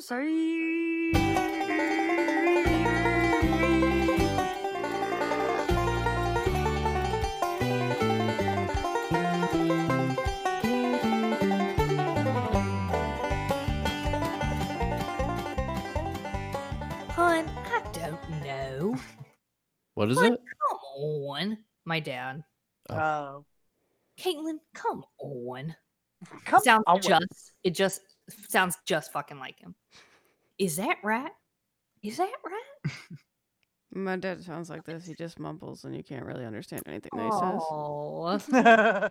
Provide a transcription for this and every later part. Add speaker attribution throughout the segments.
Speaker 1: say. Hun, I don't know.
Speaker 2: What is
Speaker 1: What?
Speaker 2: it?
Speaker 1: Come on, my dad.
Speaker 2: Oh.
Speaker 3: Oh,
Speaker 1: Caitlin, come on.
Speaker 3: come
Speaker 1: sounds
Speaker 3: on.
Speaker 1: just it just sounds just fucking like him. Is that right? Is that right?
Speaker 4: My dad sounds like this. He just mumbles and you can't really understand anything that he
Speaker 1: Oh,
Speaker 4: says.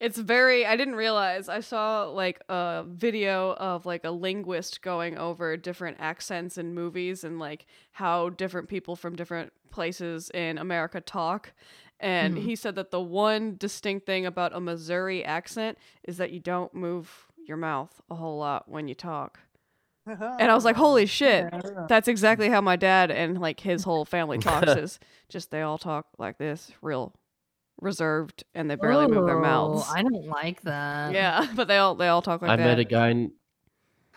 Speaker 4: It's very I didn't realize. I saw like a video of like a linguist going over different accents in movies and like how different people from different places in America talk. And
Speaker 1: Mhm.
Speaker 4: he said that the one distinct thing about a Missouri accent is that you don't move your mouth a whole lot when you talk. And I was like, holy shit. That's exactly how my dad and like his whole family talks is just they all talk like this, real reserved and they barely move their mouths.
Speaker 1: Oh, I don't like that.
Speaker 4: Yeah, but they all they all talk like
Speaker 2: I
Speaker 4: that.
Speaker 2: met a guy. n-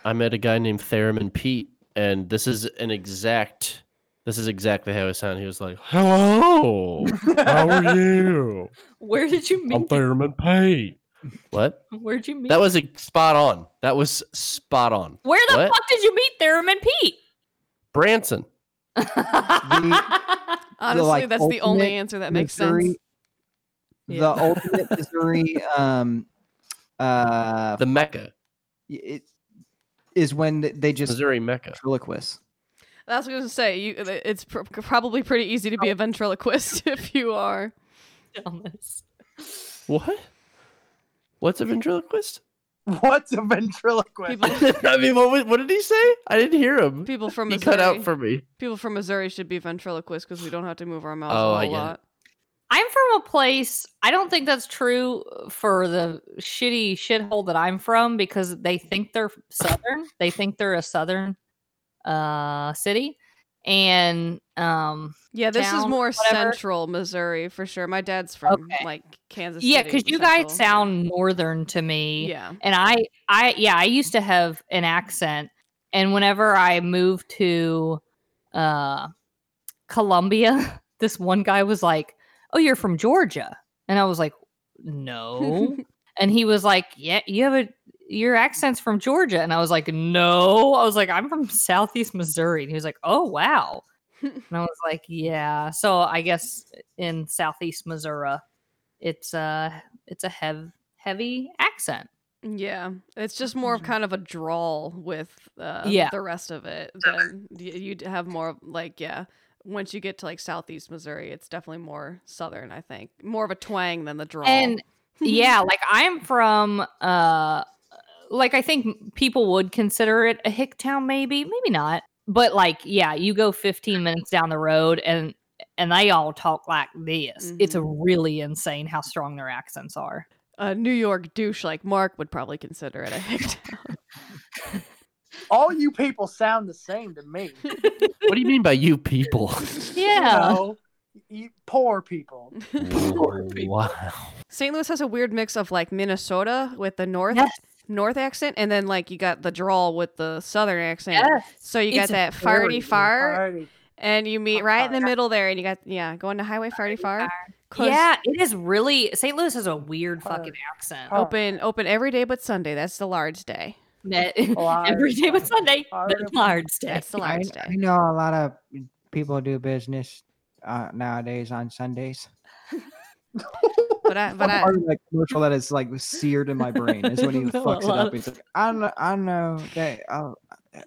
Speaker 2: I met a guy named Theremin Pete, and this is an exact. This is exactly how he sounded. He was like, "Hello, how are you?
Speaker 1: Where did you
Speaker 2: I'm
Speaker 1: meet?
Speaker 2: Theremin Pete." What?
Speaker 1: Where'd you meet?
Speaker 2: Oh, That was a spot on. That was spot on.
Speaker 1: Where the
Speaker 2: what?
Speaker 1: fuck did you meet Theremin Pete?
Speaker 2: Branson.
Speaker 4: Honestly,
Speaker 5: like,
Speaker 4: that's the only
Speaker 5: ultimate
Speaker 4: answer that makes
Speaker 5: Missouri-
Speaker 4: sense.
Speaker 5: The
Speaker 4: Yeah.
Speaker 5: ultimate Missouri, um, uh,
Speaker 2: The Mecca.
Speaker 5: y- it is when th- they just
Speaker 2: Missouri Mecca.
Speaker 5: ventriloquist.
Speaker 4: That's what I was gonna say. You, it's pr- probably pretty easy to be a ventriloquist if you are.
Speaker 1: Thomas.
Speaker 2: What? What's a ventriloquist?
Speaker 3: What's a ventriloquist?
Speaker 4: People,
Speaker 2: I mean, what, wa- what did he say? I didn't hear him.
Speaker 4: people from
Speaker 2: He
Speaker 4: Missouri,
Speaker 2: cut out for me.
Speaker 4: people from Missouri should be ventriloquists because we don't have to move our mouths
Speaker 2: Oh,
Speaker 4: a
Speaker 2: I
Speaker 4: whole
Speaker 2: get it.
Speaker 4: lot.
Speaker 1: I'm from a place. I don't think that's true for the shitty shithole that I'm from because they think they're southern. they think they're a southern uh, city, and um,
Speaker 4: Yeah, this is
Speaker 1: Town,
Speaker 4: more
Speaker 1: whatever.
Speaker 4: central Missouri for sure. My dad's from
Speaker 1: Okay.
Speaker 4: like Kansas.
Speaker 1: yeah,
Speaker 4: City,
Speaker 1: because you guys
Speaker 4: central.
Speaker 1: sound northern to me.
Speaker 4: Yeah,
Speaker 1: and i i yeah i used to have an accent and whenever i moved to uh columbia this one guy was like oh you're from georgia and i was like no and he was like yeah you have a your accent's from georgia and i was like no i was like i'm from southeast missouri and he was like oh wow and i was like yeah so i guess in southeast missouri it's uh it's a hev- heavy accent
Speaker 4: yeah. It's just more of
Speaker 1: Mhm.
Speaker 4: kind of a drawl with uh,
Speaker 1: Yeah.
Speaker 4: the rest of it. Then y- you'd have more of like yeah. Once you get to like southeast Missouri, it's definitely more southern. I think more of a twang than the drawl.
Speaker 1: and yeah like i'm from uh like i think m- people would consider it a hick town maybe maybe not but like yeah you go 15 minutes down the road and and they all talk like this it's a
Speaker 4: Mm-hmm.
Speaker 1: really insane how strong their accents are
Speaker 4: a New York douche like Mark would probably consider it a hick
Speaker 3: All you people sound the same to me.
Speaker 2: What do you mean by you people?
Speaker 4: Oh,
Speaker 1: yeah
Speaker 3: You know, you- poor people.
Speaker 2: wow.
Speaker 4: St. Louis has a weird mix of like Minnesota with the north
Speaker 1: Yes.
Speaker 4: north accent, and then like you got the drawl with the southern accent.
Speaker 1: yes.
Speaker 4: So you
Speaker 1: It's
Speaker 4: got that
Speaker 1: very
Speaker 4: farty far,
Speaker 3: Alrighty.
Speaker 4: and you meet right in the
Speaker 1: Farty.
Speaker 4: middle there, and you got yeah going to Highway farty far. 'cause
Speaker 1: yeah it is really st louis has a weird fucking accent
Speaker 3: Oh.
Speaker 4: Open open every day but Sunday. That's the large day.
Speaker 1: That-
Speaker 3: Large.
Speaker 1: every day but sunday
Speaker 3: Large.
Speaker 1: but large day
Speaker 4: That's the large day.
Speaker 5: know a lot of people do business uh, nowadays on Sundays.
Speaker 4: But I but
Speaker 5: Some
Speaker 4: I
Speaker 5: part of that commercial that is like seared in my brain is when he
Speaker 1: I know a
Speaker 5: fucks it
Speaker 1: lot
Speaker 5: up.
Speaker 1: of-
Speaker 5: He's like, I know, I know that a,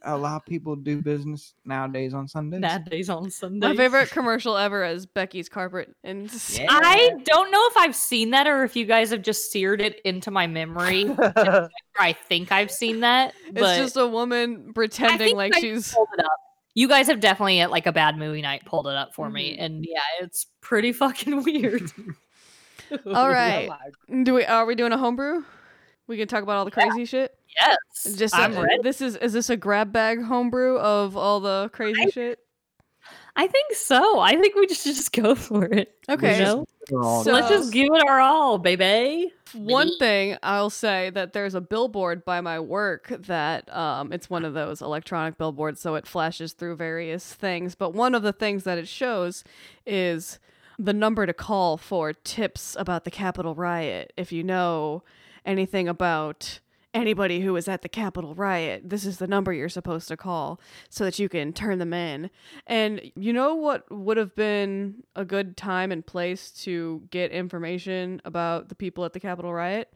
Speaker 5: a lot of people do business nowadays on Sundays.
Speaker 1: nowadays on sunday
Speaker 4: my favorite commercial ever is Becky's carpet and s-
Speaker 1: I don't know if I've seen that or if you guys have just seared it into my memory. or I think I've seen that,
Speaker 4: it's
Speaker 1: but
Speaker 4: just a woman pretending
Speaker 1: think
Speaker 4: like
Speaker 1: I
Speaker 4: she's
Speaker 1: pulled it up. You guys have definitely at like a bad movie night pulled it up for me,
Speaker 4: Mm-hmm.
Speaker 1: and yeah, it's pretty fucking weird.
Speaker 4: all right. Do we are we doing a homebrew? We can talk about all the crazy shit.
Speaker 1: Yes,
Speaker 4: Just
Speaker 1: I'm
Speaker 4: uh,
Speaker 1: ready.
Speaker 4: this is is this a grab bag homebrew of all the crazy shit?
Speaker 1: I think so. I think we just just go for it.
Speaker 4: Okay.
Speaker 1: You know?
Speaker 5: They're all
Speaker 4: So-
Speaker 1: Let's just give it our all, baby.
Speaker 4: one thing I'll say that there's a billboard by my work that um, it's one of those electronic billboards, so it flashes through various things. But one of the things that it shows is the number to call for tips about the Capitol riot. If you know anything about anybody who was at the Capitol riot, this is the number you're supposed to call so that you can turn them in. And you know what would have been a good time and place to get information about the people at the Capitol riot?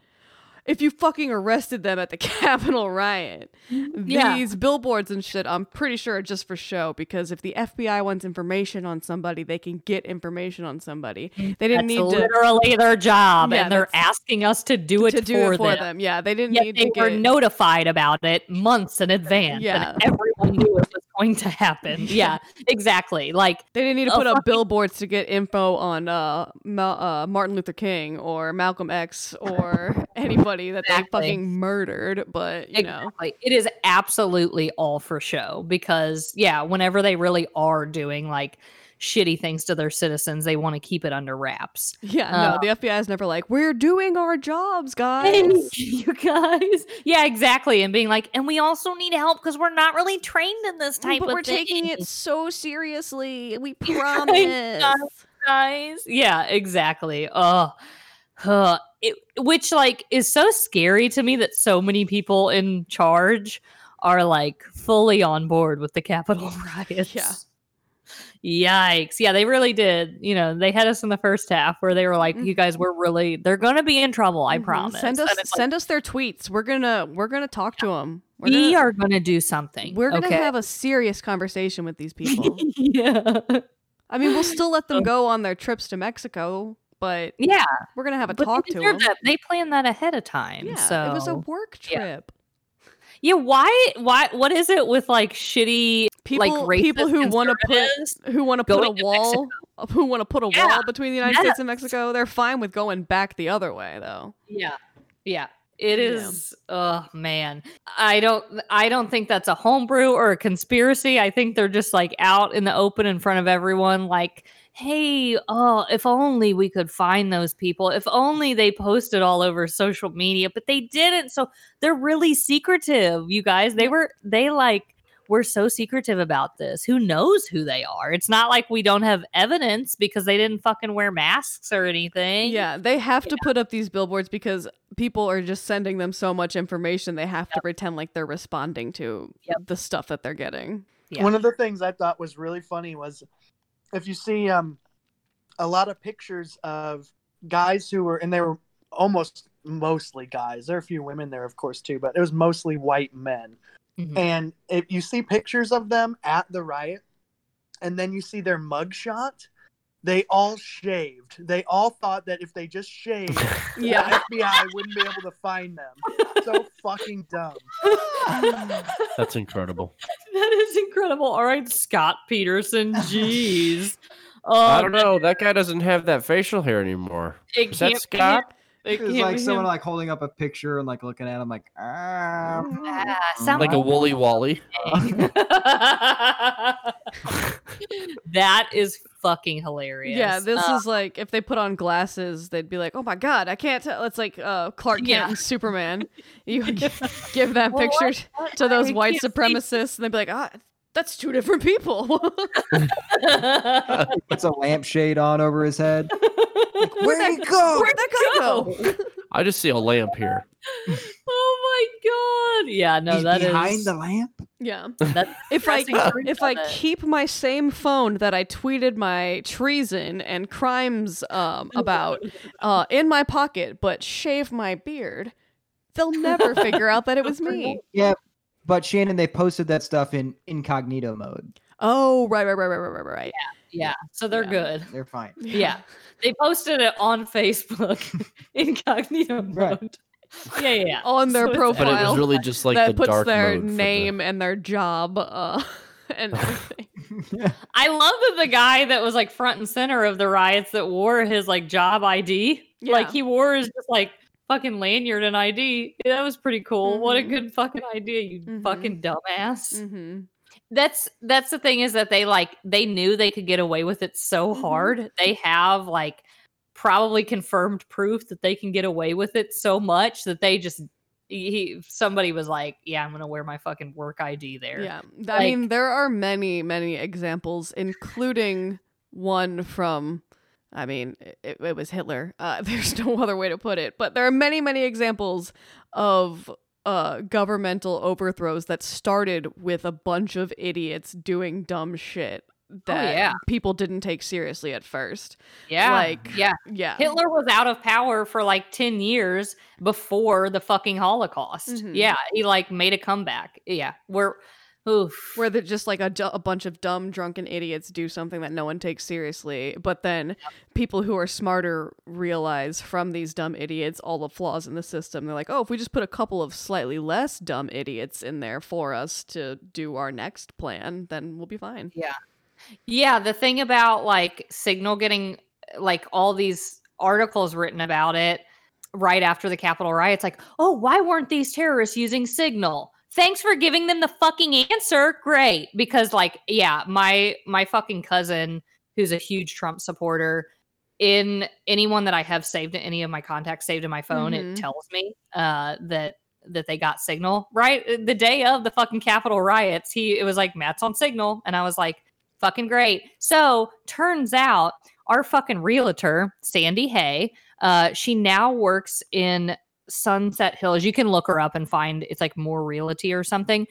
Speaker 4: If you fucking arrested them at the Capitol riot.
Speaker 1: Yeah.
Speaker 4: These billboards and shit, I'm pretty sure are just for show because if the FBI wants information on somebody, they can get information on somebody. They
Speaker 1: That's
Speaker 4: didn't need to,
Speaker 1: literally their job,
Speaker 4: Yeah,
Speaker 1: and they're
Speaker 4: that's-
Speaker 1: asking us to do it
Speaker 4: to
Speaker 1: for,
Speaker 4: do it for them.
Speaker 1: them.
Speaker 4: Yeah, they didn't
Speaker 1: Yet
Speaker 4: need
Speaker 1: they
Speaker 4: to
Speaker 1: were
Speaker 4: get
Speaker 1: notified about it months in advance,
Speaker 4: Yeah.
Speaker 1: and everyone knew it was going to happen. Yeah, exactly. Like
Speaker 4: They didn't need to
Speaker 1: a
Speaker 4: put up billboards to get info on uh, Ma- uh, Martin Luther King or Malcolm X or anybody that
Speaker 1: Exactly.
Speaker 4: they fucking murdered. But you know,
Speaker 1: Exactly. It is absolutely all for show because, yeah, whenever they really are doing like shitty things to their citizens, they want to keep it under wraps.
Speaker 4: yeah,
Speaker 1: Uh,
Speaker 4: no, the FBI is never like, "We're doing our jobs,
Speaker 1: Hey,
Speaker 4: guys."
Speaker 1: you guys. Yeah, exactly. And being like, and we also need help because we're not really trained in this type
Speaker 4: but
Speaker 1: of
Speaker 4: we're taking
Speaker 1: thing,
Speaker 4: it so seriously. We
Speaker 1: guys.
Speaker 4: promise.
Speaker 1: guys. Yeah, exactly. Oh. Huh. It, which like is so scary to me that so many people in charge are like fully on board with the Capitol riots.
Speaker 4: Yeah.
Speaker 1: Yikes. Yeah, they really did. You know, they had us in the first half where they were like, you guys were really, they're going to be in trouble. I
Speaker 4: Mhm.
Speaker 1: promise.
Speaker 4: Mm-hmm. Send us
Speaker 1: And it's like,
Speaker 4: send us their tweets. We're gonna we're gonna talk to them. We're
Speaker 1: we
Speaker 4: gonna,
Speaker 1: are going to do something.
Speaker 4: we're gonna
Speaker 1: okay?
Speaker 4: have a serious conversation with these people.
Speaker 1: yeah.
Speaker 4: I mean, we'll still let them go on their trips to Mexico, but
Speaker 1: Yeah.
Speaker 4: we're gonna have a
Speaker 1: but
Speaker 4: talk
Speaker 1: they,
Speaker 4: to
Speaker 1: deserve
Speaker 4: them.
Speaker 1: that. they planned that ahead of time.
Speaker 4: Yeah,
Speaker 1: so
Speaker 4: it was a work
Speaker 1: yeah.
Speaker 4: trip.
Speaker 1: yeah. Why, why, what is it with like shitty,
Speaker 4: People,
Speaker 1: like racist
Speaker 4: people who want to put
Speaker 1: conservatives?
Speaker 4: who want to put a
Speaker 1: going to
Speaker 4: wall, who want to put a
Speaker 1: Yeah,
Speaker 4: wall between the United
Speaker 1: yes.
Speaker 4: States and Mexico, they're fine with going back the other way, though.
Speaker 1: Yeah. Yeah. It
Speaker 4: Yeah.
Speaker 1: is oh man. I don't I don't think that's a homebrew or a conspiracy. I think they're just like out in the open in front of everyone like, "Hey, oh, if only we could find those people. If only they posted all over social media, but they didn't." So they're really secretive, you guys. They were they like were so secretive about this. Who knows who they are? It's not like we don't have evidence because they didn't fucking wear masks or anything.
Speaker 4: Yeah, they have to put up these billboards because people are just sending them so much information. They have to pretend like they're responding to
Speaker 1: Yep.
Speaker 4: the stuff that they're getting.
Speaker 1: Yeah.
Speaker 3: One of the things I thought was really funny was if you see um, a lot of pictures of guys who were, and they were almost mostly guys. There are a few women there, of course, too, but it was mostly white men.
Speaker 5: Hmm.
Speaker 1: Mhm.
Speaker 3: And if you see pictures of them at the riot, and then you see their mugshot, they all shaved. They all thought that if they just shaved,
Speaker 4: Yeah,
Speaker 3: the FBI wouldn't be able to find them. So fucking dumb.
Speaker 2: That's incredible.
Speaker 1: That is incredible. All right, Scott Peterson. Jeez. Oh,
Speaker 2: I don't know. That guy doesn't have that facial hair anymore.
Speaker 1: It
Speaker 2: Is
Speaker 1: can't
Speaker 2: that Scott?
Speaker 1: Be him. It
Speaker 5: It's
Speaker 1: can't
Speaker 5: like
Speaker 1: be
Speaker 5: someone
Speaker 1: him.
Speaker 5: like holding up a picture and like looking at him like ah.
Speaker 1: Ah, sound
Speaker 2: Like a woolly wally.
Speaker 1: that is fucking hilarious.
Speaker 4: yeah. This
Speaker 1: Uh,
Speaker 4: is like if they put on glasses, they'd be like, "Oh my god, I can't tell." It's like uh, Clark Kent
Speaker 1: Yeah.
Speaker 4: and Superman. You give that
Speaker 1: Well,
Speaker 4: picture.
Speaker 1: what?
Speaker 4: to those
Speaker 1: Uh, I
Speaker 4: white
Speaker 1: can't see.
Speaker 4: supremacists, and they'd be like, ah, that's two different people.
Speaker 5: Puts a lampshade on over his head. Where he go?
Speaker 4: Where'd that guy go?
Speaker 2: I just see a lamp here.
Speaker 1: oh my god. Yeah, no,
Speaker 5: He's
Speaker 1: that is
Speaker 5: behind the lamp.
Speaker 4: Yeah.
Speaker 1: that's
Speaker 4: If I
Speaker 1: depressing story
Speaker 4: if I
Speaker 1: of it.
Speaker 4: keep my same phone that I tweeted my treason and crimes um, about uh, in my pocket, but shave my beard, they'll never figure out that it was me.
Speaker 5: Yeah, but Shannon, they posted that stuff in incognito mode.
Speaker 4: Oh, right, right, right, right, right, right, right.
Speaker 1: Yeah, so they're
Speaker 4: Yeah.
Speaker 1: good.
Speaker 5: They're fine.
Speaker 1: Yeah. They posted it on Facebook incognito
Speaker 5: Right.
Speaker 1: mode. Yeah, yeah, yeah.
Speaker 4: On their
Speaker 1: So it's-
Speaker 2: But it
Speaker 4: profile
Speaker 2: was really just like the
Speaker 4: that puts
Speaker 2: dark
Speaker 4: their
Speaker 2: mode for the-
Speaker 4: name and their job uh, and everything.
Speaker 1: I love that the guy that was like front and center of the riots that wore his like job ID, like
Speaker 4: Yeah.
Speaker 1: he wore his just like fucking lanyard and ID. That was pretty cool. What a
Speaker 4: Mhm.
Speaker 1: good fucking idea, you
Speaker 4: Mhm.
Speaker 1: fucking dumbass.
Speaker 4: mm-hmm.
Speaker 1: That's that's the thing is that they like they knew they could get away with it so
Speaker 4: Mhm.
Speaker 1: hard. They have like probably confirmed proof that they can get away with it so much that they just he somebody was like, "Yeah, I'm gonna wear my fucking work ID there."
Speaker 4: Yeah. Th- I mean, there are many, many examples, including one from, I mean, it, it was Hitler. Uh, there's no other way to put it. But there are many, many examples of uh, governmental overthrows that started with a bunch of idiots doing dumb shit that
Speaker 1: yeah.
Speaker 4: people didn't take seriously at first.
Speaker 1: yeah,
Speaker 4: like,
Speaker 1: yeah.
Speaker 4: Yeah.
Speaker 1: Hitler was out of power for like 10 years before the fucking Holocaust.
Speaker 4: Mhm.
Speaker 1: Yeah, he like made a comeback. Yeah, we're oof.
Speaker 4: where that just like a, du- a bunch of dumb drunken idiots do something that no one takes seriously but then people who are smarter realize from these dumb idiots all the flaws in the system they're like oh if we just put a couple of slightly less dumb idiots in there for us to do our next plan then we'll be fine
Speaker 1: yeah, the thing about like Signal getting like all these articles written about it right after the Capitol riots, like, oh, why weren't these terrorists using Signal? Thanks for giving them the fucking answer. Great. Because like, yeah, my my fucking cousin who's a huge Trump supporter. In anyone that I have saved, any of my contacts saved in my phone,
Speaker 4: Mhm.
Speaker 1: it tells me uh, that that they got Signal right Uh, the day of the fucking Capitol riots. He it was like Matt's on Signal, and I was like, fucking great. So turns out our fucking realtor Sandy Hay, uh, she now works in Sunset Hills. You can look her up and find it's like more realty or something.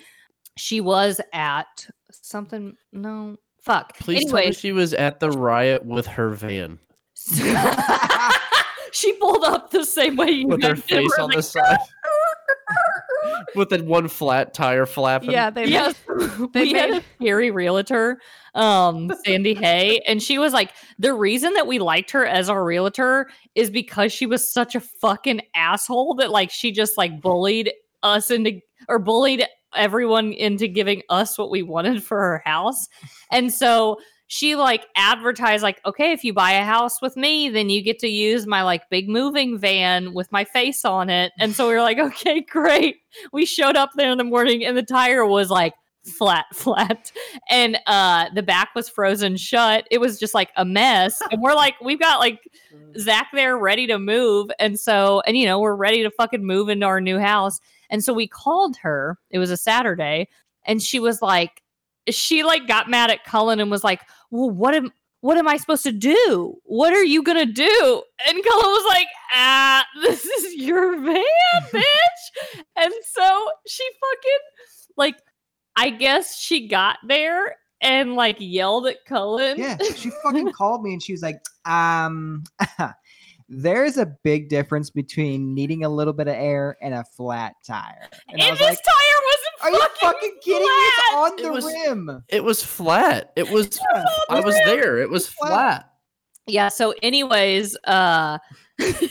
Speaker 1: She was at something. No. Fuck.
Speaker 2: Please tell me
Speaker 1: Anyways,
Speaker 2: she was at the riot with her van
Speaker 1: she pulled up the same way you
Speaker 2: with her
Speaker 1: guys did, where
Speaker 2: face
Speaker 1: I
Speaker 2: on the
Speaker 1: was
Speaker 2: side, with that one flat tire flapping.
Speaker 4: yeah they
Speaker 1: like, Yes,
Speaker 4: They
Speaker 1: we had
Speaker 4: made-
Speaker 1: a scary realtor, um, Sandy Hay, and she was like, the reason that we liked her as our realtor is because she was such a fucking asshole that like she just like bullied us into or bullied everyone into giving us what we wanted for her house, and so she like advertised like okay if you buy a house with me then you get to use my like big moving van with my face on it and so we were like okay great we showed up there in the morning and the tire was like flat flat and uh the back was frozen shut it was just like a mess and we're like we've got like zach there ready to move and so and you know we're ready to fucking move into our new house and so we called her it was a saturday and she was like she like got mad at cullen and was like well what am what am I supposed to do? What are you gonna do? And Cullen was like, ah, this is your van, bitch. and so she fucking like I guess she got there and like yelled at Cullen.
Speaker 5: Yeah, she fucking called me and she was like, um, there's a big difference between needing a little bit of air and a flat tire.
Speaker 1: And,
Speaker 5: And I was
Speaker 1: this
Speaker 5: like,
Speaker 1: tire
Speaker 5: are
Speaker 1: wasn't
Speaker 5: you
Speaker 1: fucking,
Speaker 5: fucking kidding me? It's
Speaker 1: flat!
Speaker 5: on the
Speaker 2: It was-
Speaker 5: rim.
Speaker 2: It was flat. It was.
Speaker 5: Yeah.
Speaker 2: I was there. It was
Speaker 5: Flat.
Speaker 2: flat.
Speaker 1: Yeah, so anyways, uh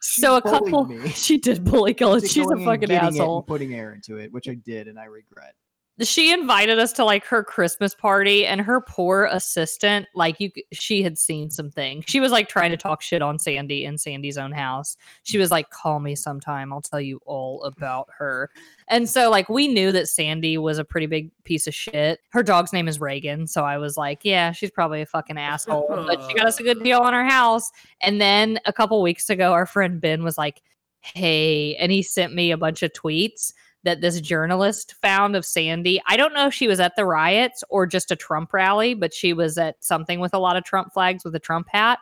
Speaker 1: so a
Speaker 5: bullied
Speaker 1: couple
Speaker 5: me
Speaker 1: she did bully Cullen.
Speaker 5: to
Speaker 1: She's
Speaker 5: going
Speaker 1: a
Speaker 5: and
Speaker 1: fucking
Speaker 5: getting it
Speaker 1: asshole.
Speaker 5: and putting air into it, which I did and I regret.
Speaker 1: she invited us to like her Christmas party, and her poor assistant, like you, c- she had seen some things. She was like trying to talk shit on Sandy in Sandy's own house. She was like, "Call me sometime. I'll tell you all about her." And so, like, we knew that Sandy was a pretty big piece of shit. Her dog's name is Reagan, so I was like, "Yeah, she's probably a fucking asshole." but she got us a good deal on her house. And then a couple weeks ago, our friend Ben was like, "Hey," and he sent me a bunch of tweets that this journalist found of Sandy. I don't know if she was at the riots or just a Trump rally, but she was at something with a lot of Trump flags with a Trump hat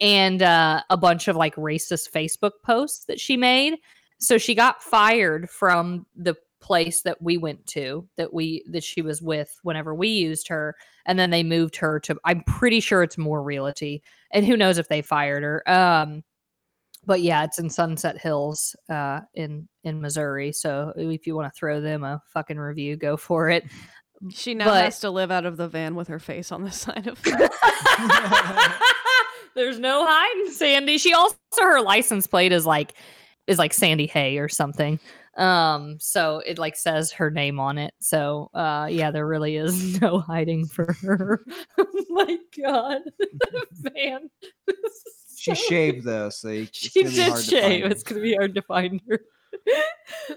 Speaker 1: and uh, a bunch of like racist Facebook posts that she made. So she got fired from the place that we went to that we that she was with whenever we used her and then they moved her to I'm pretty sure it's more realty and who knows if they fired her um but yeah, it's in Sunset Hills, uh, in in Missouri. So if you want to throw them a fucking review, go for it.
Speaker 4: she now
Speaker 1: But-
Speaker 4: has to live out of the van with her face on the side of
Speaker 1: There's no hiding, Sandy. She also her license plate is like is like Sandy Hay or something. Um, so it like says her name on it. So uh, yeah, there really is no hiding for her. oh my god, man, This is
Speaker 5: She
Speaker 1: so-
Speaker 5: shaved though, so you- it's
Speaker 1: She
Speaker 5: gonna be hard
Speaker 1: did
Speaker 5: to find
Speaker 1: shave.
Speaker 5: her.
Speaker 1: It's gonna be hard to find her.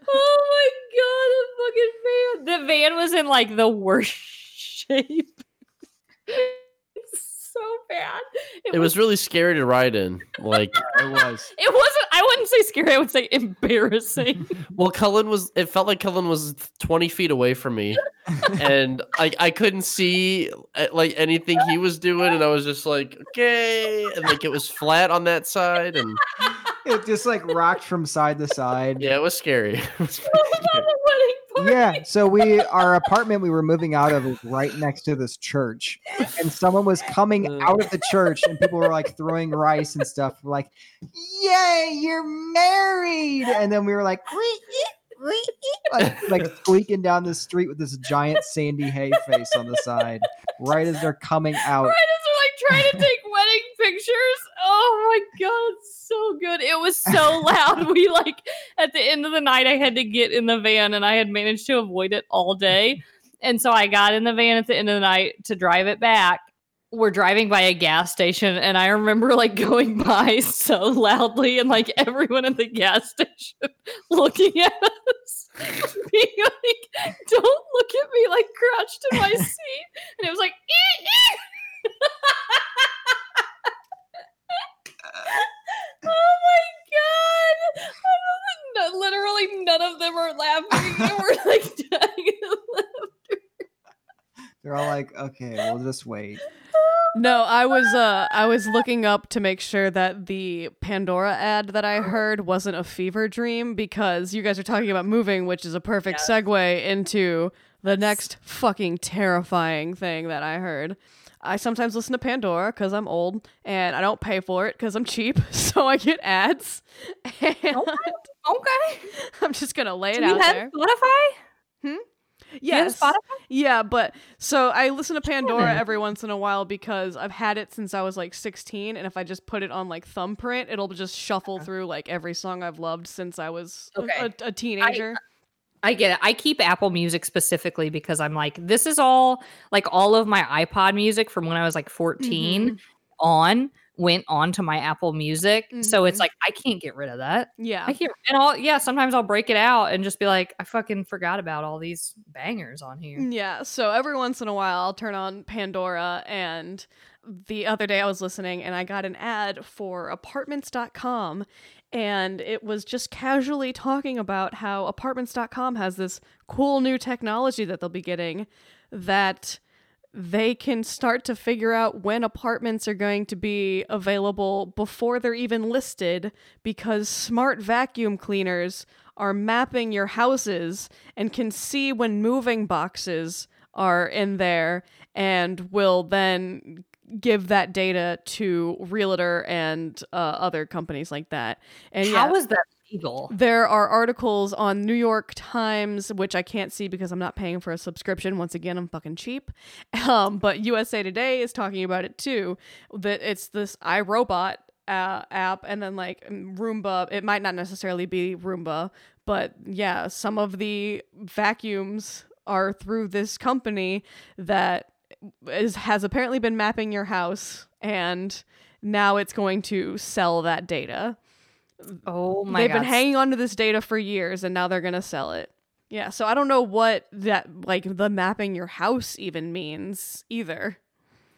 Speaker 1: oh my god, the fucking van. The van was in like the worst shape. It's so bad.
Speaker 2: It was really scary to ride in. Like,
Speaker 5: It was.
Speaker 1: It wasn't. I wouldn't say scary. I would say embarrassing.
Speaker 2: well, Cullen was. It felt like Cullen was twenty feet away from me, and I I couldn't see uh, like anything he was doing, and I was just like, okay, and like it was flat on that side, and
Speaker 5: It just like rocked from side to side.
Speaker 2: yeah, it was scary. It was pretty
Speaker 1: Oh
Speaker 2: scary.
Speaker 5: Yeah, so we our apartment we were moving out of was right next to this church, and someone was coming
Speaker 2: Ugh.
Speaker 5: out of the church, and people were like throwing rice and stuff. We're like, "Yay, you're married!" And then we were like, "Wee, ee, wee, ee," like, like squeaking down the street with this giant Sandy Hay face on the side, right as they're coming out.
Speaker 1: Right as we're like trying to take wedding pictures. Oh my god, it's so good. It was so loud. We like at the end of the night I had to get in the van and I had managed to avoid it all day. And so I got in the van at the end of the night to drive it back. We're driving by a gas station and I remember like going by so loudly and like everyone at the gas station looking at us. Being like, don't look at me like crouched in my seat. And it was like "Ee, ee." oh my god! I don't think no, literally none of them are laughing. and we're like dying. of laugh.
Speaker 5: They're all like, "Okay, we'll just wait."
Speaker 4: No, I was uh I was looking up to make sure that the Pandora ad that I heard wasn't a fever dream because you guys are talking about moving, which is a perfect
Speaker 1: Yes.
Speaker 4: segue into the next fucking terrifying thing that I heard. I sometimes listen to Pandora because I'm old and I don't pay for it because I'm cheap, so I get ads. And
Speaker 1: okay.
Speaker 4: I'm just gonna lay it
Speaker 1: Do you
Speaker 4: out
Speaker 1: have
Speaker 4: there.
Speaker 1: Spotify? Do you have
Speaker 4: Yes.
Speaker 1: Spotify?
Speaker 4: Yeah, but so I listen to Pandora
Speaker 1: Sure.
Speaker 4: every once in a while because I've had it since I was like 16 and if I just put it on like thumbprint, it'll just shuffle through like every song I've loved since I was a-
Speaker 1: Uh-huh. Okay.
Speaker 4: a, a teenager.
Speaker 1: I get it. I keep Apple Music specifically because I'm like, this is all like all of my iPod music from when I was like 14
Speaker 4: Mm-hmm.
Speaker 1: on went onto my Apple Music. So it's
Speaker 4: Mhm.
Speaker 1: like I can't get rid of that.
Speaker 4: yeah.
Speaker 1: I hear and I'll yeah, sometimes I'll break it out and just be like, I fucking forgot about all these bangers on here.
Speaker 4: Yeah, so every once in a while I'll turn on Pandora and the other day I was listening and I got an ad for apartments.com and it was just casually talking about how apartments.com has this cool new technology that they'll be getting that they can start to figure out when apartments are going to be available before they're even listed because smart vacuum cleaners are mapping your houses and can see when moving boxes are in there and will then give that data to realtor and uh, other companies like that and yeah,
Speaker 1: How is that legal?
Speaker 4: there are articles on New York Times, which I can't see because I'm not paying for a subscription. Once again, I'm fucking cheap. Um, but USA Today is talking about it too. That it's this iRobot uh, app, and then like mm, Roomba. It might not necessarily be Roomba, but yeah, some of the vacuums are through this company that is has apparently been mapping your house, and now it's going to sell that data
Speaker 1: Oh my
Speaker 4: they've
Speaker 1: god.
Speaker 4: been hanging onto this data for years and now they're gonna sell it yeah so i don't know what that like the mapping your house even means either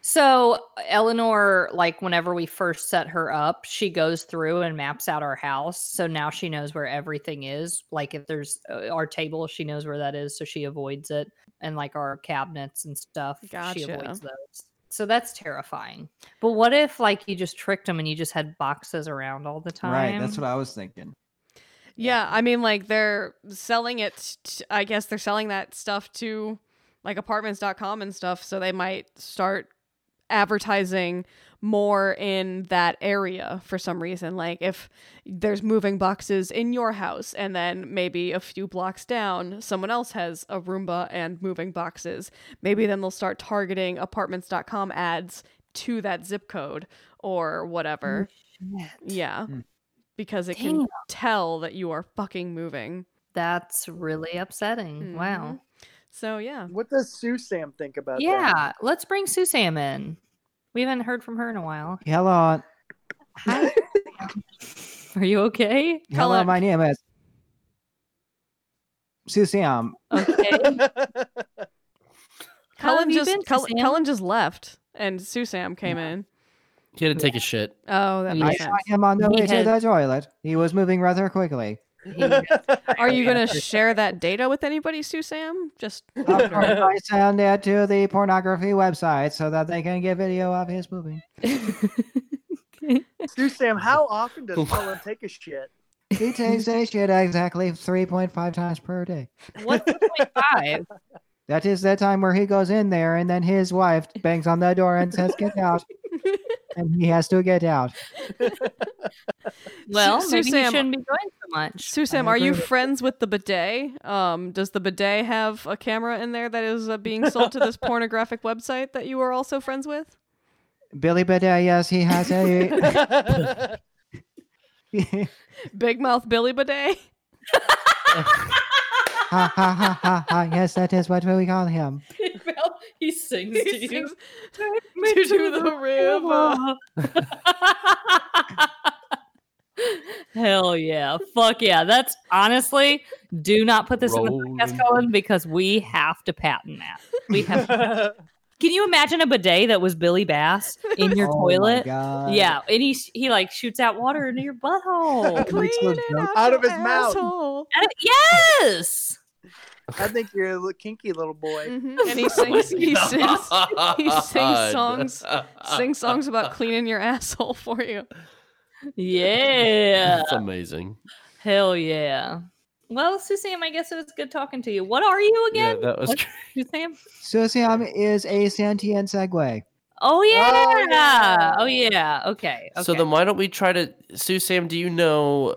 Speaker 1: So Eleanor, like whenever we first set her up, she goes through and maps out our house. So now she knows where everything is. Like if there's uh, our table, she knows where that is, so she avoids it. And like our cabinets and stuff, she
Speaker 4: Gotcha.
Speaker 1: avoids those. So that's terrifying. But what if like you just tricked them and you just had boxes around all the time?
Speaker 5: Right, that's what I was thinking.
Speaker 4: yeah i mean like they're selling it t- i guess they're selling that stuff to like apartments.com and stuff so they might start advertising more in that area for some reason like if there's moving boxes in your house and then maybe a few blocks down someone else has a Roomba and moving boxes maybe then they'll start targeting apartments.com ads to that zip code or whatever yeah
Speaker 5: Mm.
Speaker 4: because it
Speaker 1: Damn.
Speaker 4: can tell that you are fucking moving
Speaker 1: That's really upsetting. Wow.
Speaker 4: Mhm. so yeah
Speaker 3: What does Sue Sam think about that?
Speaker 1: Yeah, let's bring Sue Sam in. We haven't heard from her in a while.
Speaker 5: Hello,
Speaker 1: Hi. Are you okay?
Speaker 5: hello.
Speaker 4: Colin.
Speaker 5: My name is Susiam.
Speaker 1: Okay.
Speaker 3: Yeah.
Speaker 1: How have
Speaker 4: Cullen
Speaker 1: you
Speaker 4: just
Speaker 1: been,
Speaker 4: Cull-
Speaker 1: Suzanne?
Speaker 4: Cullen just left. and Sue Sam came in.
Speaker 2: He had to take a shit.
Speaker 4: Oh, that
Speaker 1: Yeah.
Speaker 5: I
Speaker 4: makes
Speaker 5: saw
Speaker 4: sense.
Speaker 5: him on
Speaker 1: He
Speaker 5: the way
Speaker 1: had-
Speaker 5: to the toilet. He was moving rather quickly.
Speaker 4: Are you gonna share that data with anybody, Sue Sam? Just
Speaker 5: Of course, I send it to the pornography website so that they can get video of his moving.
Speaker 3: Sue Sam, how often does Cullen take a shit?
Speaker 5: He takes a shit exactly 3.5 times per day.
Speaker 1: What's the point five?
Speaker 5: That is that time where he goes in there and then his wife bangs on the door and says, Get out. and he has to get out.
Speaker 1: Well,
Speaker 4: Su-
Speaker 1: maybe he
Speaker 4: Sam-
Speaker 1: shouldn't be doing so much.
Speaker 4: Sue Sam, are you
Speaker 5: agree with-
Speaker 4: friends with the bidet? Um, does the bidet have a camera in there that is uh, being sold to this pornographic website that you are also friends with?
Speaker 5: Billy Bidet, yes, he has a. ha
Speaker 4: Big Mouth Billy Bidet.
Speaker 5: ha ha ha ha. Yes, that is what we call him.
Speaker 1: he sings
Speaker 4: He sings, "To do the river."
Speaker 1: Hell yeah. Fuck yeah. That's honestly, do not put this in the podcast,
Speaker 2: Rolling.
Speaker 1: Colin, because we have to patent that. We have Can you imagine a bidet that was Billy Bass in your
Speaker 5: Oh my
Speaker 1: toilet?
Speaker 5: God.
Speaker 1: Yeah, and he sh- he like shoots out water into your butthole.
Speaker 5: It makes those jokes.
Speaker 3: Out of
Speaker 4: your
Speaker 3: his mouth.
Speaker 4: asshole.
Speaker 1: Uh, yes.
Speaker 3: I think you're a li- kinky little boy.
Speaker 4: Mhm. And he sings. He sings. he
Speaker 2: God.
Speaker 4: sings songs- Sing songs about cleaning your asshole for you.
Speaker 1: Yeah.
Speaker 2: That's amazing.
Speaker 1: Hell yeah. Well, Suzanne, I guess it was good talking to you. What are you
Speaker 2: Yeah,
Speaker 1: again,
Speaker 2: that was.
Speaker 1: What? Suzanne?
Speaker 5: Susiam is a sentient segue.
Speaker 1: Oh yeah. Oh yeah.
Speaker 3: yeah.
Speaker 1: Okay. okay.
Speaker 2: So then, why don't we try to, Sue Sam? Do you know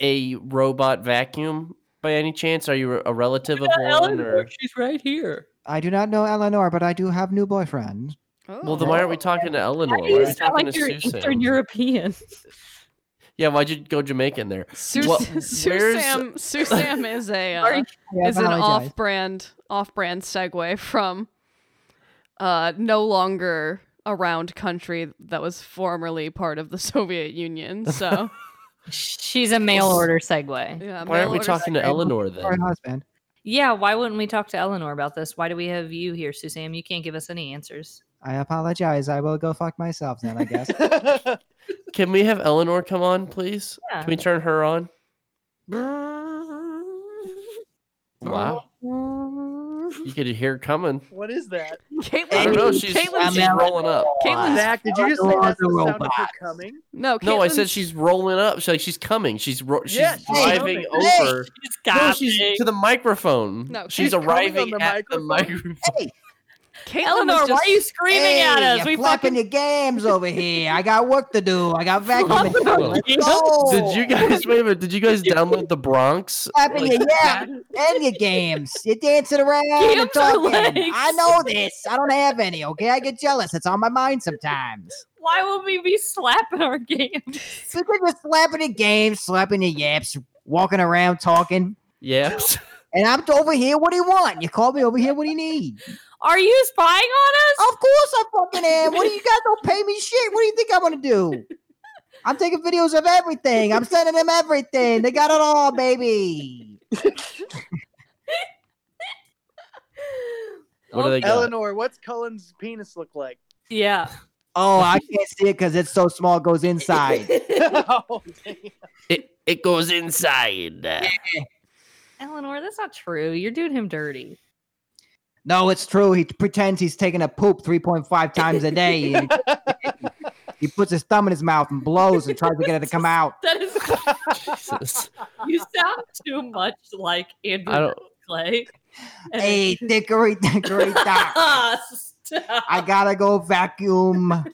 Speaker 2: a robot vacuum by any chance? Are you a relative of
Speaker 1: Um,
Speaker 2: one? Or
Speaker 1: she's right here.
Speaker 5: I do not know Eleanor, but I do have new boyfriend.
Speaker 2: well, then why aren't we talking to Eleanor?
Speaker 1: Why
Speaker 2: Why
Speaker 1: do
Speaker 2: are
Speaker 1: you
Speaker 2: we
Speaker 1: sound
Speaker 2: talking
Speaker 1: like you're
Speaker 2: to Sue
Speaker 1: Eastern
Speaker 2: Sam?
Speaker 1: European?
Speaker 2: Yeah, why'd you go Jamaican there?
Speaker 4: Sue,
Speaker 2: Well,
Speaker 4: Sue
Speaker 2: where's-
Speaker 4: Sam, Sue Sam is a uh,
Speaker 1: Sorry.
Speaker 5: I
Speaker 4: is an
Speaker 5: apologize.
Speaker 4: off-brand off-brand segue from uh no longer around country that was formerly part of the Soviet Union. So
Speaker 1: She's a mail order segue.
Speaker 4: yeah,
Speaker 2: Why aren't we
Speaker 4: mail-order
Speaker 2: talking to
Speaker 4: segue.
Speaker 2: Eleanor
Speaker 5: Or
Speaker 2: then?
Speaker 5: husband.
Speaker 1: Yeah, why wouldn't we talk to Eleanor about this? Why do we have you here, Suzanne? You can't give us any answers.
Speaker 5: I apologize. I will go fuck myself then, I guess.
Speaker 1: Mm.
Speaker 2: Can we have Eleanor come on, please?
Speaker 1: Yeah.
Speaker 2: Can we turn her on? Wow, you could hear it coming.
Speaker 3: what is that?
Speaker 4: Caitlin,
Speaker 2: I don't know. She's,
Speaker 4: Caitlin's-
Speaker 2: she's rolling up.
Speaker 4: Caitlin's-
Speaker 3: Zach, did you just say that's the
Speaker 5: Eleanor
Speaker 3: sound of her
Speaker 5: robot.
Speaker 3: coming?
Speaker 4: no, Caitlin's,
Speaker 2: No, I said she's rolling up. She's like she's coming. She's ro- she's
Speaker 3: Yeah, she's
Speaker 2: driving
Speaker 3: coming.
Speaker 2: over.
Speaker 1: She's
Speaker 2: No, she's to the microphone.
Speaker 4: No,
Speaker 2: she's,
Speaker 4: she's
Speaker 3: coming on
Speaker 2: arriving
Speaker 3: the
Speaker 2: at the
Speaker 3: microphone.
Speaker 2: microphone.
Speaker 4: Caitlin
Speaker 1: Eleanor,
Speaker 4: was
Speaker 1: why
Speaker 4: just-
Speaker 1: are you screaming at us?
Speaker 5: you
Speaker 1: We fucking
Speaker 5: flapping your games over here. I got work to do. I got vacuuming. to do. Let's go.
Speaker 2: Did
Speaker 3: Oh.
Speaker 2: you guys wait a minute? Did you guys download the Bronx?
Speaker 5: flapping
Speaker 2: Like,
Speaker 5: your yeah and your games? You're dancing around and
Speaker 1: Games or
Speaker 5: talking. I
Speaker 1: legs?
Speaker 5: know this. I don't have any. Okay, I get jealous. It's on my mind sometimes.
Speaker 1: why would we be slapping our game?
Speaker 5: So we're just slapping the games, slapping the yaps, walking around talking.
Speaker 2: yeah.
Speaker 5: And I'm over here. What do you want? You call me over here. What do you need?
Speaker 1: Are you spying on us?
Speaker 5: Of course I fucking am. What do you guys don't pay me shit? What do you think I'm gonna do? I'm taking videos of everything. I'm sending them everything. They got it all, baby.
Speaker 2: What do they got?
Speaker 3: Eleanor, what's Cullen's penis look like?
Speaker 1: Yeah.
Speaker 5: Oh, I can't see it because it's so small. It goes inside.
Speaker 3: oh, damn.
Speaker 2: It it goes inside.
Speaker 1: Eleanor, that's not true. You're doing him dirty.
Speaker 5: No, it's true. He pretends he's taking a poop 3.5 times a day. and he puts his thumb in his mouth and blows and tries to get it to come out.
Speaker 1: That is
Speaker 2: Jesus.
Speaker 1: you sound too much like
Speaker 2: I
Speaker 1: Andrew
Speaker 2: don't.
Speaker 1: Clay. And-
Speaker 5: Hey, dickory, dickory, dock.
Speaker 1: Stop.
Speaker 5: I gotta go vacuum.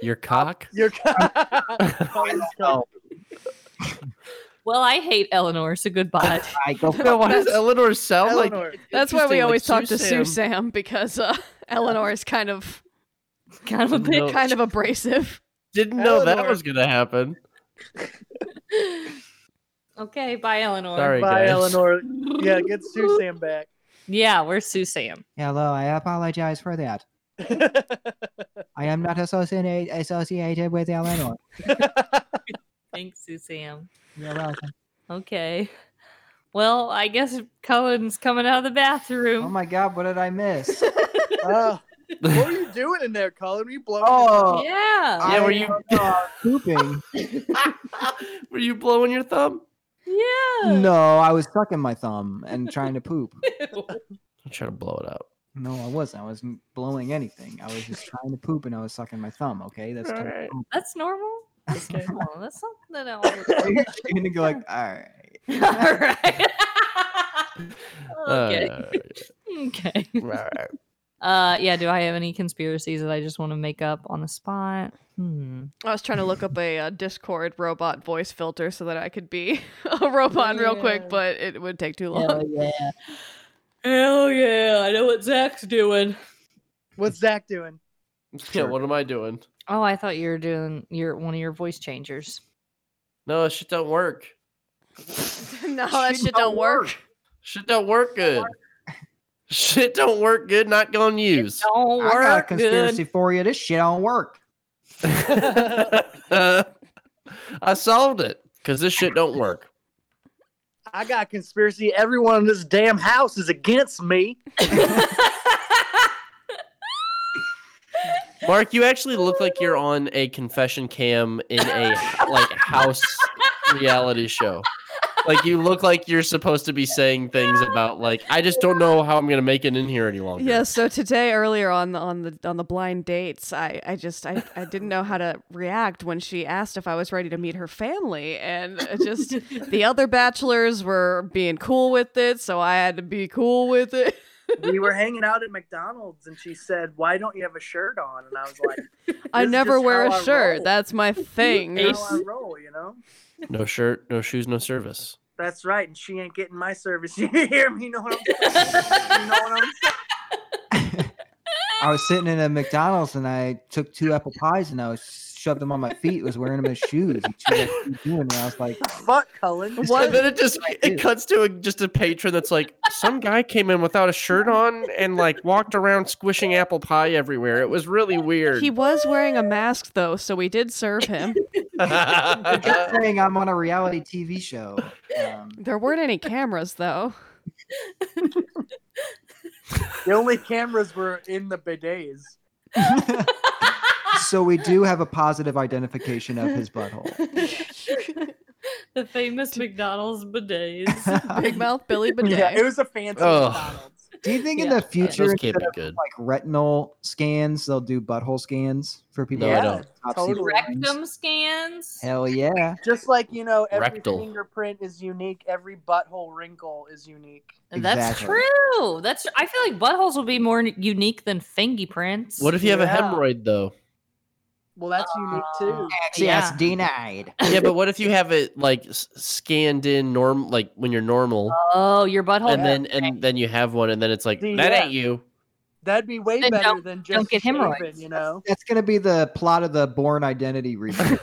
Speaker 2: Your cock.
Speaker 3: You're Cullen's
Speaker 4: Oh
Speaker 3: coming.
Speaker 1: Well, I hate Eleanor, so goodbye.
Speaker 5: I go.
Speaker 2: No, why does
Speaker 4: That's-
Speaker 2: Eleanor sound like?
Speaker 3: Eleanor.
Speaker 4: That's why
Speaker 2: interesting,
Speaker 4: we
Speaker 2: like
Speaker 4: always talk to
Speaker 2: Sam.
Speaker 4: Sue Sam because uh, Eleanor is kind of
Speaker 1: kind of a bit.
Speaker 2: No,
Speaker 4: kind of abrasive.
Speaker 2: didn't know that
Speaker 3: Eleanor.
Speaker 2: was gonna happen.
Speaker 1: Okay, bye, Eleanor.
Speaker 2: Sorry,
Speaker 3: Bye,
Speaker 2: guys.
Speaker 3: Eleanor. Yeah, get Sue Sam back.
Speaker 1: Yeah, we're Sue Sam.
Speaker 5: Hello, I apologize for that. I am not associated associated with Eleanor.
Speaker 1: Thanks, Sue Sam.
Speaker 5: You're welcome.
Speaker 1: Okay. Well, I guess Cohen's coming out of the
Speaker 5: Oh
Speaker 1: bathroom.
Speaker 5: my God, what did I miss?
Speaker 3: Oh, What were you doing in there, Colin? Were you blowing?
Speaker 5: Oh,
Speaker 1: yeah.
Speaker 5: I
Speaker 2: were you-
Speaker 5: am, uh, pooping?
Speaker 2: Were you blowing your thumb?
Speaker 1: Yeah.
Speaker 5: no, I was sucking my thumb and trying to poop.
Speaker 2: I'm trying to blow it out.
Speaker 5: No, I wasn't. I wasn't blowing anything. I was just trying to poop and I was sucking my thumb. Okay, that's
Speaker 2: All
Speaker 5: totally
Speaker 2: right.
Speaker 5: normal.
Speaker 1: That's normal. That's normal. That's something that I always
Speaker 5: You're gonna go like, all right.
Speaker 1: All right. okay.
Speaker 2: Uh,
Speaker 1: okay.
Speaker 2: all right.
Speaker 1: Uh, yeah. Do I have any conspiracies that I just want to make up on the spot? Hmm.
Speaker 4: I was trying to look up a uh, Discord robot voice filter so that I could be a robot real
Speaker 1: Yeah.
Speaker 4: quick, but it would take too long.
Speaker 1: Hell yeah. Hell yeah. I know what Zach's doing.
Speaker 3: What's Zach doing?
Speaker 2: Yeah,
Speaker 5: Sure.
Speaker 2: what am I doing?
Speaker 1: Oh, I thought you were doing your one of your voice changers.
Speaker 2: No, that shit don't work.
Speaker 4: no, that
Speaker 5: Shit
Speaker 4: shit
Speaker 5: don't
Speaker 4: don't work.
Speaker 2: Shit don't work good. Shit don't work good, not gonna use.
Speaker 1: Don't
Speaker 5: I got a
Speaker 1: work good.
Speaker 5: conspiracy for you. This shit don't work.
Speaker 2: I solved it. Cause this shit don't work.
Speaker 3: I got a conspiracy. Everyone in this damn house is against me.
Speaker 2: Mark, you actually look like you're on a confession cam in a like house reality show. Like you look like you're supposed to be saying things about like I just don't know how I'm gonna make it in here any longer.
Speaker 4: Yeah, so today earlier on the on the on the blind dates, I I just I, I didn't know how to react when she asked if I was ready to meet her family and it just the other bachelors were being cool with it, so I had to be cool with it.
Speaker 3: we were hanging out at McDonald's, and she said, "Why don't you have a shirt on?" And I was like,
Speaker 4: I
Speaker 3: This is
Speaker 4: never
Speaker 3: just
Speaker 4: wear
Speaker 3: how
Speaker 4: a
Speaker 3: I
Speaker 4: shirt.
Speaker 3: roll.
Speaker 4: That's my thing.
Speaker 3: "How I roll, you know."
Speaker 2: No shirt, no shoes, no service.
Speaker 3: That's right, and she ain't getting my service. You hear me? You know what I'm saying? You know what I'm saying?
Speaker 5: I was sitting in a McDonald's and I took two apple pies and I was shoved them on my feet. Was wearing them as shoes. And she was like, "What are you doing?" And I was like,
Speaker 3: Fuck, Cullen.
Speaker 2: And then it just it cuts to a, just a patron that's like, some guy came in without a shirt on and like walked around squishing apple pie everywhere. It was really weird.
Speaker 4: He was wearing a mask though, so we did serve him.
Speaker 5: "Just
Speaker 1: Uh,
Speaker 5: saying, I'm on a reality TV show." Um,
Speaker 4: There weren't any cameras though.
Speaker 3: The only cameras were in the bidets.
Speaker 5: so we do have a positive identification of his butthole.
Speaker 1: the famous McDonald's bidets.
Speaker 4: Big mouth Billy Bidet.
Speaker 3: Yeah, it was a fancy
Speaker 2: Ugh.
Speaker 3: McDonald's.
Speaker 5: Do you think in
Speaker 1: Yeah.
Speaker 5: the future,
Speaker 2: Those
Speaker 5: instead
Speaker 2: can't
Speaker 5: of
Speaker 2: be good.
Speaker 5: like retinal scans, they'll do butthole scans for people?
Speaker 2: No, I
Speaker 5: that
Speaker 2: don't.
Speaker 5: have top secret
Speaker 3: Totally.
Speaker 5: things?
Speaker 1: Rectum scans.
Speaker 5: Hell yeah!
Speaker 3: Just like you know, every
Speaker 2: Rectal.
Speaker 3: fingerprint is unique. Every butthole wrinkle is unique.
Speaker 1: That's
Speaker 5: Exactly.
Speaker 1: true. That's I feel like buttholes will be more unique than fingy prints.
Speaker 2: What if you have
Speaker 3: Yeah.
Speaker 2: a hemorrhoid though?
Speaker 3: Well, that's
Speaker 1: Ah.
Speaker 3: unique too.
Speaker 1: Yeah.
Speaker 5: Access denied.
Speaker 2: Yeah, but what if you have it like s- scanned in norm like when you're normal
Speaker 1: Oh, your butthole.
Speaker 2: and then and then you have one and then it's like
Speaker 3: See,
Speaker 2: that
Speaker 3: yeah.
Speaker 2: ain't you.
Speaker 3: That'd be way
Speaker 1: Then
Speaker 3: better
Speaker 1: don't-
Speaker 3: than just
Speaker 1: don't get hemorrhoids.
Speaker 3: shaving, you know?
Speaker 5: That's gonna be the plot of the Born Identity reboot.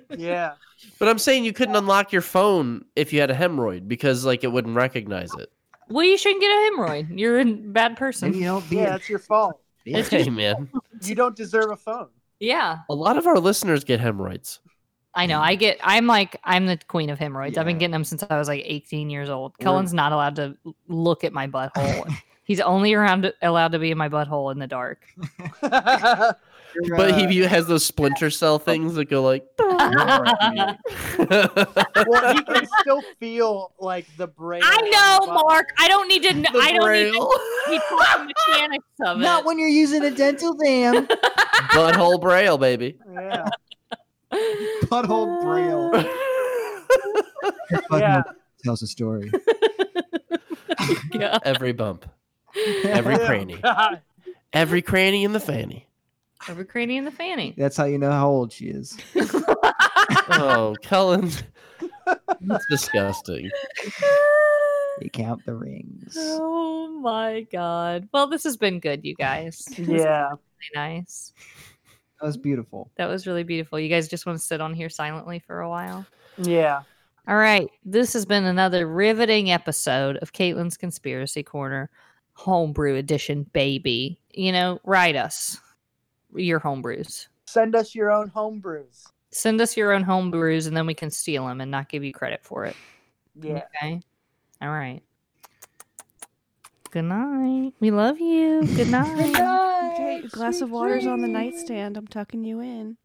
Speaker 3: Yeah.
Speaker 2: But I'm saying you couldn't unlock your phone if you had a hemorrhoid because like it wouldn't recognize it.
Speaker 1: well, you shouldn't get a hemorrhoid. You're a bad person.
Speaker 5: Maybe you don't be.
Speaker 3: Yeah,
Speaker 5: a
Speaker 3: it's your fault.
Speaker 5: bitch.
Speaker 2: Hey man.
Speaker 3: You don't deserve a phone.
Speaker 1: Yeah,
Speaker 2: A lot of our listeners get hemorrhoids.
Speaker 1: I know. I get. I'm like. I'm the queen of hemorrhoids. I've been
Speaker 5: Yeah.
Speaker 1: getting them since I was like 18 years old.
Speaker 2: We're-
Speaker 1: Cullen's not allowed to l- look at my butthole. He's only around allowed to be in my butthole in the dark.
Speaker 2: But he,
Speaker 5: Uh,
Speaker 2: he has those splinter cell things that go like
Speaker 3: well, he can still feel like the brain.
Speaker 1: I know, Mark. I don't need to. Kn-
Speaker 2: The
Speaker 1: I don't need
Speaker 2: braille.
Speaker 1: to be taught the mechanics of it.
Speaker 5: Not when you're using a dental dam.
Speaker 2: butthole braille, baby.
Speaker 3: Yeah.
Speaker 5: Butthole braille. Butthole
Speaker 3: Yeah.
Speaker 5: tells a story.
Speaker 1: Yeah.
Speaker 2: Every bump, every
Speaker 3: Yeah.
Speaker 2: cranny,
Speaker 3: God.
Speaker 2: every cranny in the fanny.
Speaker 1: Over cranny and the fanny.
Speaker 5: That's how you know how old she is.
Speaker 2: Oh, Kellen, that's disgusting.
Speaker 5: You count the rings.
Speaker 1: Oh my god. Well, this has been good, you guys. This was really
Speaker 3: Yeah.
Speaker 1: nice.
Speaker 5: That was beautiful.
Speaker 1: That was really beautiful. You guys just want to sit on here silently for a while.
Speaker 3: Yeah.
Speaker 1: All right. This has been another riveting episode of Caitlin's Conspiracy Corner Homebrew Edition, baby. You know, write us your homebrews.
Speaker 3: Send us your own home brews.
Speaker 1: Send us your own homebrews and then we can steal them and not give you credit for it.
Speaker 3: Yeah.
Speaker 1: Okay. All right. Good night. We love you. Good night.
Speaker 4: Okay, a glass of water's on the nightstand. I'm tucking you in.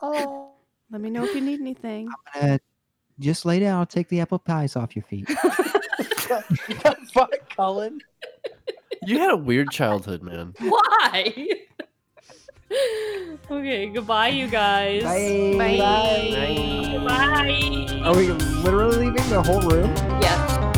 Speaker 5: Oh,
Speaker 4: Let me know if you need anything.
Speaker 5: I'm gonna just lay down. I'll take the apple pies off your feet.
Speaker 3: Fuck, Colin.
Speaker 2: You had a weird childhood, man.
Speaker 1: Why? okay, goodbye, you guys.
Speaker 5: Bye.
Speaker 1: Bye.
Speaker 5: Are we literally leaving the whole room?
Speaker 1: Yes.